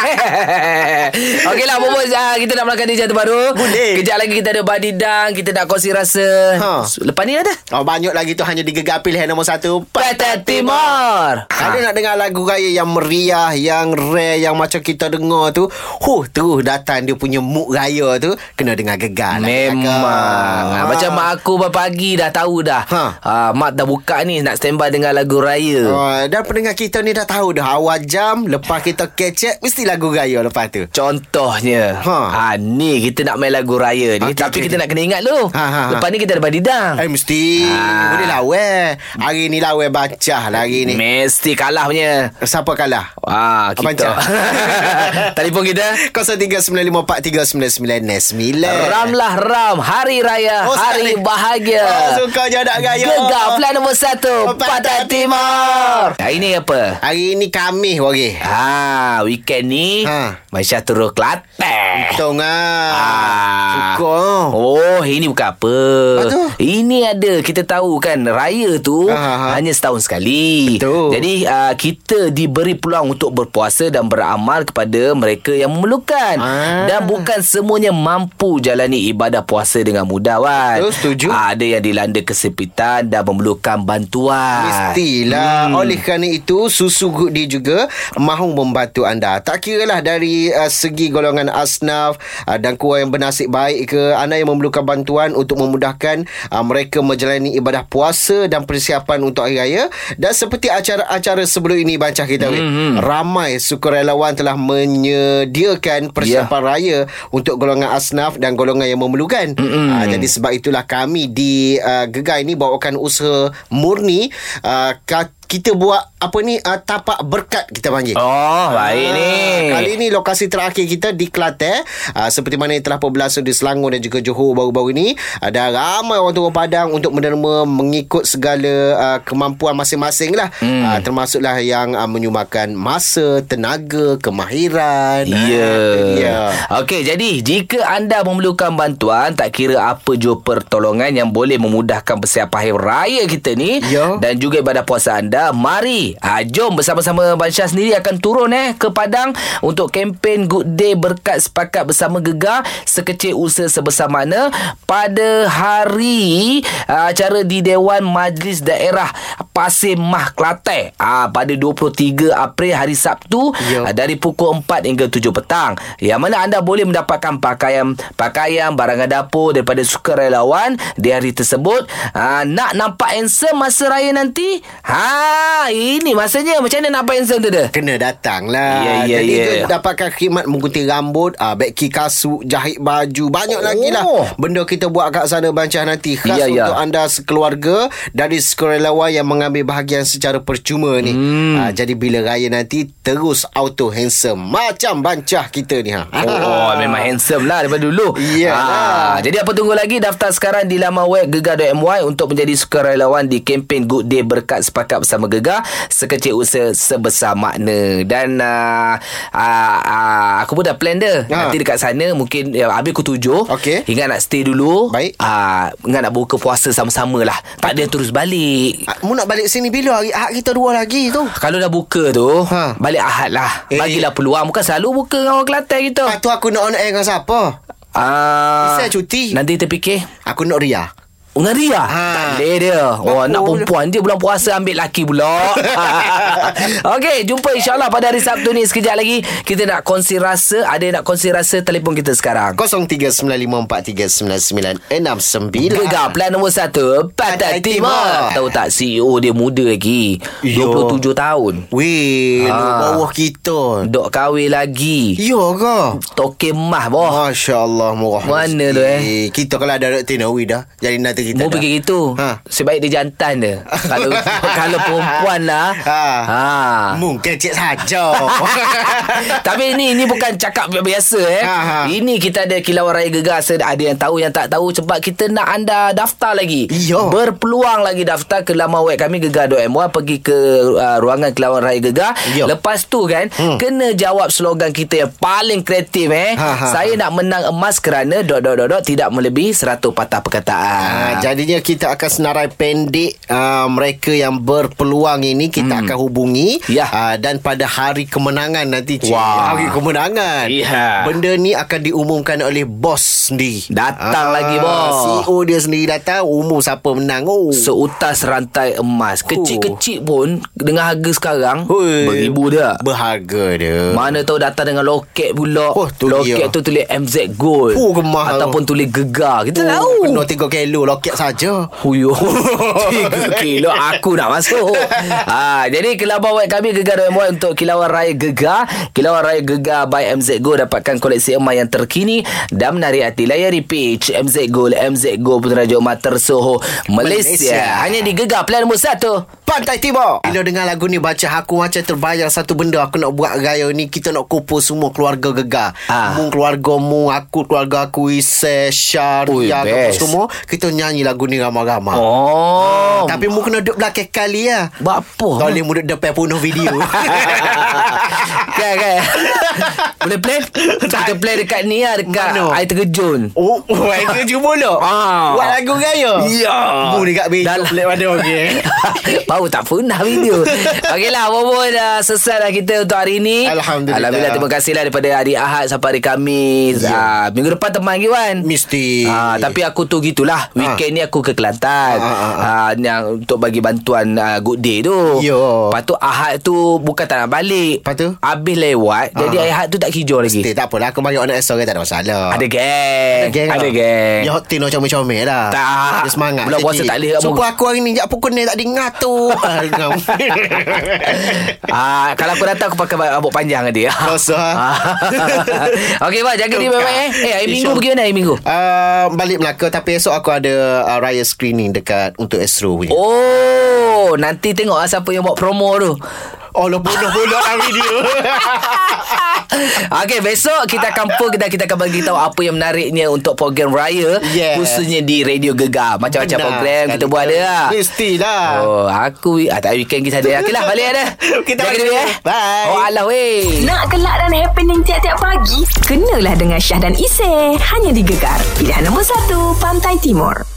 Speaker 1: Okeylah, Bobo. ah, Kita nak melakukan DJ terbaru.
Speaker 2: Boleh.
Speaker 1: Kejap lagi kita ada badidang. Kita nak kongsi rasa.
Speaker 2: Ha.
Speaker 1: Lepas ni ada.
Speaker 2: Oh, banyak lagi tu hanya digegar pilihan nombor satu
Speaker 1: Pantai Timur.
Speaker 2: Ha. Ada nak dengar lagu raya yang meriah, yang rare, yang macam kita dengar tu. Huh, terus datang dia punya mood raya tu. Kena dengar gegar lah.
Speaker 1: Memang ha.
Speaker 2: Ha.
Speaker 1: Macam mak aku pagi dah tahu dah ha.
Speaker 2: Ha.
Speaker 1: Mak dah buka ni Nak standby dengan lagu raya ha.
Speaker 2: Oh, dan pendengar kita ni dah tahu dah awal jam lepas kita kecek mesti lagu raya lepas tu.
Speaker 1: Contohnya ha.
Speaker 2: Ha. Ah,
Speaker 1: ha. Ni kita nak main lagu raya ni okay, Tapi
Speaker 2: Okey,
Speaker 1: okay.
Speaker 2: okey,
Speaker 1: kita
Speaker 2: okey.
Speaker 1: nak kena ingat dulu
Speaker 2: Ha, ha, ha.
Speaker 1: Lepas ni kita ada badidang
Speaker 2: Eh mesti
Speaker 1: Ah.
Speaker 2: Boleh lawe Hari ni lawe bacah lah hari ni
Speaker 1: Mesti kalah punya
Speaker 2: Siapa kalah?
Speaker 1: Wah,
Speaker 2: Abang
Speaker 1: kita.
Speaker 2: Cah.
Speaker 1: Telefon kita
Speaker 2: 0395439969
Speaker 1: Ramlah Ram Hari Raya
Speaker 2: Eh. Oh,
Speaker 1: Hari
Speaker 2: sekali.
Speaker 1: Bahagia
Speaker 2: Oh, suka je nak raya.
Speaker 1: Gegar Plan nombor 1
Speaker 2: Pantai
Speaker 1: Pantai Timur Hari ni apa?
Speaker 2: Hari ni Khamis wari
Speaker 1: Ha, weekend ni ha.
Speaker 2: Ha.
Speaker 1: Masya turun Kelantan
Speaker 2: Tong
Speaker 1: Ah.
Speaker 2: ah. Suka
Speaker 1: Oh, ini bukan apa.
Speaker 2: tu?
Speaker 1: Ini ada kita tahu kan raya tu
Speaker 2: Ha, ha, ha.
Speaker 1: hanya setahun sekali.
Speaker 2: Betul.
Speaker 1: Jadi uh, kita diberi peluang untuk berpuasa dan beramal kepada mereka yang memerlukan.
Speaker 2: Ah.
Speaker 1: Dan bukan semuanya mampu jalani ibadah puasa dengan mudah wan.
Speaker 2: Betul, setuju.
Speaker 1: Ah, ada yang dilanda kesempitan dan memerlukan bantuan.
Speaker 2: Oh, Mestilah hmm. Oleh kerana itu Susu Good Day juga Mahu membantu anda Tak kira lah dari uh, segi golongan asnaf uh, Dan keluar yang bernasib baik ke Anda yang memerlukan bantuan Untuk memudahkan uh, mereka menjalani ibadah puasa Dan persiapan untuk Hari Raya Dan seperti acara-acara sebelum ini Baca kita hmm. Ramai sukarelawan telah menyediakan Persiapan yeah. raya Untuk golongan asnaf Dan golongan yang memerlukan hmm. uh, Jadi sebab itulah kami di uh, Gegai ni Bawakan usaha murni uh, ka- kita buat apa ni uh, tapak berkat kita panggil.
Speaker 1: Oh, baik
Speaker 2: Ah,
Speaker 1: ni.
Speaker 2: Kali ni lokasi terakhir kita di Kelantan uh, seperti mana yang telah pun berlangsung di Selangor dan juga Johor baru-baru ini ada ramai orang turun padang untuk menerima mengikut segala uh, kemampuan masing-masing lah hmm. uh, termasuklah yang uh, menyumbangkan masa, tenaga, kemahiran.
Speaker 1: Ya.
Speaker 2: Ah,
Speaker 1: Ya.
Speaker 2: yeah.
Speaker 1: Okey, jadi jika anda memerlukan bantuan, tak kira apa jua pertolongan yang boleh memudahkan persiapan hari raya kita ni
Speaker 2: Ya.
Speaker 1: dan juga ibadah puasa anda, mari. Ha, jom bersama-sama Bansyah sendiri akan turun eh ke Padang untuk kempen Good Day Berkat Sepakat Bersama Gegar sekecil usaha sebesar mana pada hari ah, acara di Dewan Majlis Daerah Pasir Mah Kelantan ah, pada 23 April hari Sabtu
Speaker 2: Ya.
Speaker 1: ah, dari pukul 4 hingga 7 petang yang mana anda boleh mendapatkan pakaian pakaian barangan dapur daripada sukarelawan di hari tersebut ha, nak nampak handsome masa raya nanti ha ini masanya macam mana nak nampak handsome tu dia
Speaker 2: Kena datang lah
Speaker 1: Ya, ya,
Speaker 2: Jadi
Speaker 1: ya.
Speaker 2: tu dapatkan khidmat Menggunting rambut uh, Beki kasut Jahit baju Banyak oh. lagi lah
Speaker 1: Oh.
Speaker 2: Benda kita buat kat sana Bancah nanti Khas
Speaker 1: Ya,
Speaker 2: ya,
Speaker 1: ya.
Speaker 2: untuk anda sekeluarga Dari sukarelawan Yang mengambil bahagian Secara percuma ni hmm. uh, Jadi bila raya nanti Terus auto handsome Macam bancah kita ni ha.
Speaker 1: Oh, oh memang handsome lah daripada dulu.
Speaker 2: Iyalah.
Speaker 1: Ah, jadi apa tunggu lagi daftar sekarang di laman web gegar.my untuk menjadi sukarelawan di kempen Good Day Berkat Sepakat Bersama Gegar sekecil usaha sebesar makna. Dan uh, uh, uh, aku pun dah plan dah.
Speaker 2: Ha.
Speaker 1: Nanti dekat sana mungkin ya, habis pukul tujuh.
Speaker 2: Okey.
Speaker 1: Ingat nak stay dulu.
Speaker 2: Baik.
Speaker 1: Ah, ingat nak buka puasa sama-sama lah. Tak ada terus balik.
Speaker 2: Ah, Mu nak balik sini bila hari Ahad kita dua lagi tu
Speaker 1: Kalau dah buka tu
Speaker 2: Ha.
Speaker 1: Balik ahad lah
Speaker 2: Eh.
Speaker 1: Bagilah peluang Bukan selalu buka dengan orang Kelantan kita
Speaker 2: Ah, tu aku nak on air dengan siapa
Speaker 1: Ah,
Speaker 2: Bisa cuti.
Speaker 1: Nanti kita fikir
Speaker 2: Aku nak Ria
Speaker 1: Ngeri lah ha.
Speaker 2: Ha.
Speaker 1: Tak boleh dia Oh
Speaker 2: Mampu
Speaker 1: nak perempuan dia Bulan puasa ambil laki pula Okey Jumpa insyaAllah pada hari Sabtu ni Sekejap lagi Kita nak kongsi rasa Ada yang nak kongsi rasa Telefon kita sekarang
Speaker 2: 0395439969
Speaker 1: Gegar plan nombor satu Pantai
Speaker 2: Pantai
Speaker 1: Timur
Speaker 2: Timur.
Speaker 1: Tahu tak CEO dia muda lagi
Speaker 2: Yo.
Speaker 1: 27 tahun
Speaker 2: Weh, ha.
Speaker 1: Ah.
Speaker 2: bawah kita.
Speaker 1: Dok kahwin lagi
Speaker 2: Ya ke?
Speaker 1: Toke mah boh
Speaker 2: Masya Allah murah
Speaker 1: Oh. Mana
Speaker 2: rezeki.
Speaker 1: tu, eh?
Speaker 2: Kita kalau ada Rekti Nawi dah Jadi nanti kata kita
Speaker 1: Mu
Speaker 2: dah.
Speaker 1: fikir gitu
Speaker 2: Ha.
Speaker 1: ha. Sebaik dia jantan dia Kalau kalau perempuan lah
Speaker 2: Ha.
Speaker 1: ha.
Speaker 2: Mungkin cik saja
Speaker 1: Tapi ini ini bukan cakap biasa eh.
Speaker 2: Ha, ha.
Speaker 1: Ini kita ada kilauan raya gegar Se- ada yang tahu yang tak tahu sebab kita nak anda daftar lagi.
Speaker 2: Iya.
Speaker 1: Berpeluang lagi daftar ke laman web kami gegar.my pergi ke uh, ruangan kilauan raya gegar.
Speaker 2: Iya.
Speaker 1: Lepas tu kan
Speaker 2: Hmm.
Speaker 1: hmm. kena jawab slogan kita yang paling kreatif eh.
Speaker 2: Ha, ha,
Speaker 1: Saya
Speaker 2: ha.
Speaker 1: nak menang emas kerana dot dot dot, dot tidak melebihi 100 patah perkataan.
Speaker 2: Ah, jadinya kita akan senarai pendek uh, mereka yang berpeluang ini kita hmm. akan hubungi
Speaker 1: Ya.
Speaker 2: Ah, dan pada hari kemenangan nanti cik
Speaker 1: Wah.
Speaker 2: hari kemenangan
Speaker 1: Ya.
Speaker 2: benda ni akan diumumkan oleh bos sendiri Ah,
Speaker 1: Datang lagi, bos.
Speaker 2: CEO dia sendiri datang umum siapa menang oh
Speaker 1: Seutas rantai emas Kecil-kecil pun Dengan harga sekarang
Speaker 2: Hui.
Speaker 1: Beribu dah
Speaker 2: berharga dia
Speaker 1: Mana tahu datang dengan loket pula.
Speaker 2: Oh, tu
Speaker 1: loket
Speaker 2: dia.
Speaker 1: tu tulis MZ Gold.
Speaker 2: Oh, gemah.
Speaker 1: Ataupun tulis gegar. Kita tahu.
Speaker 2: Oh, Kena 3 kilo loket saja
Speaker 1: Huyo Tiga kilo Aku nak masuk ha, Jadi Kelabang web kami Gegar dan Muat Untuk Kilauan Raya Gegar Kilauan Raya Gegar By MZ Go Dapatkan koleksi emas yang terkini Dan menarik hati Layari page MZ Gold MZ Go Puteraja Mater Soho Malaysia.
Speaker 2: Malaysia.
Speaker 1: Hanya di Gegar Pilihan nombor satu
Speaker 2: Pantai Timur Bila dengar lagu ni Baca aku macam terbayang Satu benda aku nak buat raya ni Kita nak kumpul semua keluarga gegar
Speaker 1: Ah.
Speaker 2: Mung keluarga mu Aku keluarga aku Isai
Speaker 1: Ui,
Speaker 2: Syariah
Speaker 1: best.
Speaker 2: Semua Kita nyanyi lagu ni ramai-ramai
Speaker 1: Oh
Speaker 2: Tapi mu kena duduk belakang kali ya
Speaker 1: Buat apa?
Speaker 2: Ah, Kau boleh mu duduk depan penuh video
Speaker 1: kan kan Boleh play? Kita play dekat ni lah Dekat
Speaker 2: Mana?
Speaker 1: air terjun
Speaker 2: Oh, main kerja pula.
Speaker 1: Ah.
Speaker 2: Buat lagu raya.
Speaker 1: Ya. lah.
Speaker 2: Mu dekat beja
Speaker 1: Dalam-
Speaker 2: pelik pada okey.
Speaker 1: lah. Baru tak pernah video lah, Okeylah Bobo dah selesai dah uh, lah kita untuk hari ini
Speaker 2: Alhamdulillah. Ya.
Speaker 1: Alhamdulillah terima kasihlah Daripada hari Ahad sampai hari Kamis yeah. Minggu depan teman lagi Wan
Speaker 2: Mesti.
Speaker 1: Ah, Tapi aku tu gitulah Weekend ni aku ke Kelantan
Speaker 2: Ah, ah,
Speaker 1: Ah, Yang untuk bagi bantuan ah, Good day tu
Speaker 2: Yo.
Speaker 1: Lepas tu Ahad tu Bukan tak nak balik
Speaker 2: Lepas tu?
Speaker 1: Habis lewat Jadi
Speaker 2: Ah.
Speaker 1: Ahad tu tak hijau lagi
Speaker 2: Tak apalah Aku panggil orang SO Tak ada masalah
Speaker 1: Ada geng
Speaker 2: Ah. Ada
Speaker 1: Eh,
Speaker 2: geng
Speaker 1: Ada
Speaker 2: tak?
Speaker 1: geng
Speaker 2: Ya hati nak comel-comel lah
Speaker 1: Tak.
Speaker 2: Dia semangat
Speaker 1: Bulan puasa tak boleh kat
Speaker 2: Sumpah
Speaker 1: muka.
Speaker 2: aku hari ni Jak pukul ni tak dengar tu Ah, dengar.
Speaker 1: Ah, kalau aku datang aku pakai rambut panjang dengan dia.
Speaker 2: Rasa, ha?
Speaker 1: Okey bang, jaga diri baik-baik eh. Eh, hari minggu pergi mana hari minggu?
Speaker 2: Ah, Balik Melaka Tapi esok aku ada uh, Raya screening dekat Untuk Astro punya
Speaker 1: Oh, nanti tengok lah siapa yang buat promo tu.
Speaker 2: Oh lo bunuh-bunuh dalam video
Speaker 1: Okey, besok kita akan pun kita kita akan bagi tahu apa yang menariknya untuk program raya
Speaker 2: Yeah.
Speaker 1: khususnya di Radio Gegar. Macam-macam
Speaker 2: Benar
Speaker 1: program kita
Speaker 2: sekali.
Speaker 1: buat ada lah.
Speaker 2: Mestilah
Speaker 1: Oh, aku ah, tak weekend kita ada. Okeylah, balik ada.
Speaker 2: Kita
Speaker 1: jaga
Speaker 2: balik.
Speaker 1: diri eh.
Speaker 2: Bye.
Speaker 1: Oh, alah weh.
Speaker 4: Nak gelak dan happening tiap-tiap pagi? Kenalah dengan Syah dan Isy. Hanya di Gegar. Pilihan nombor 1, Pantai Timur.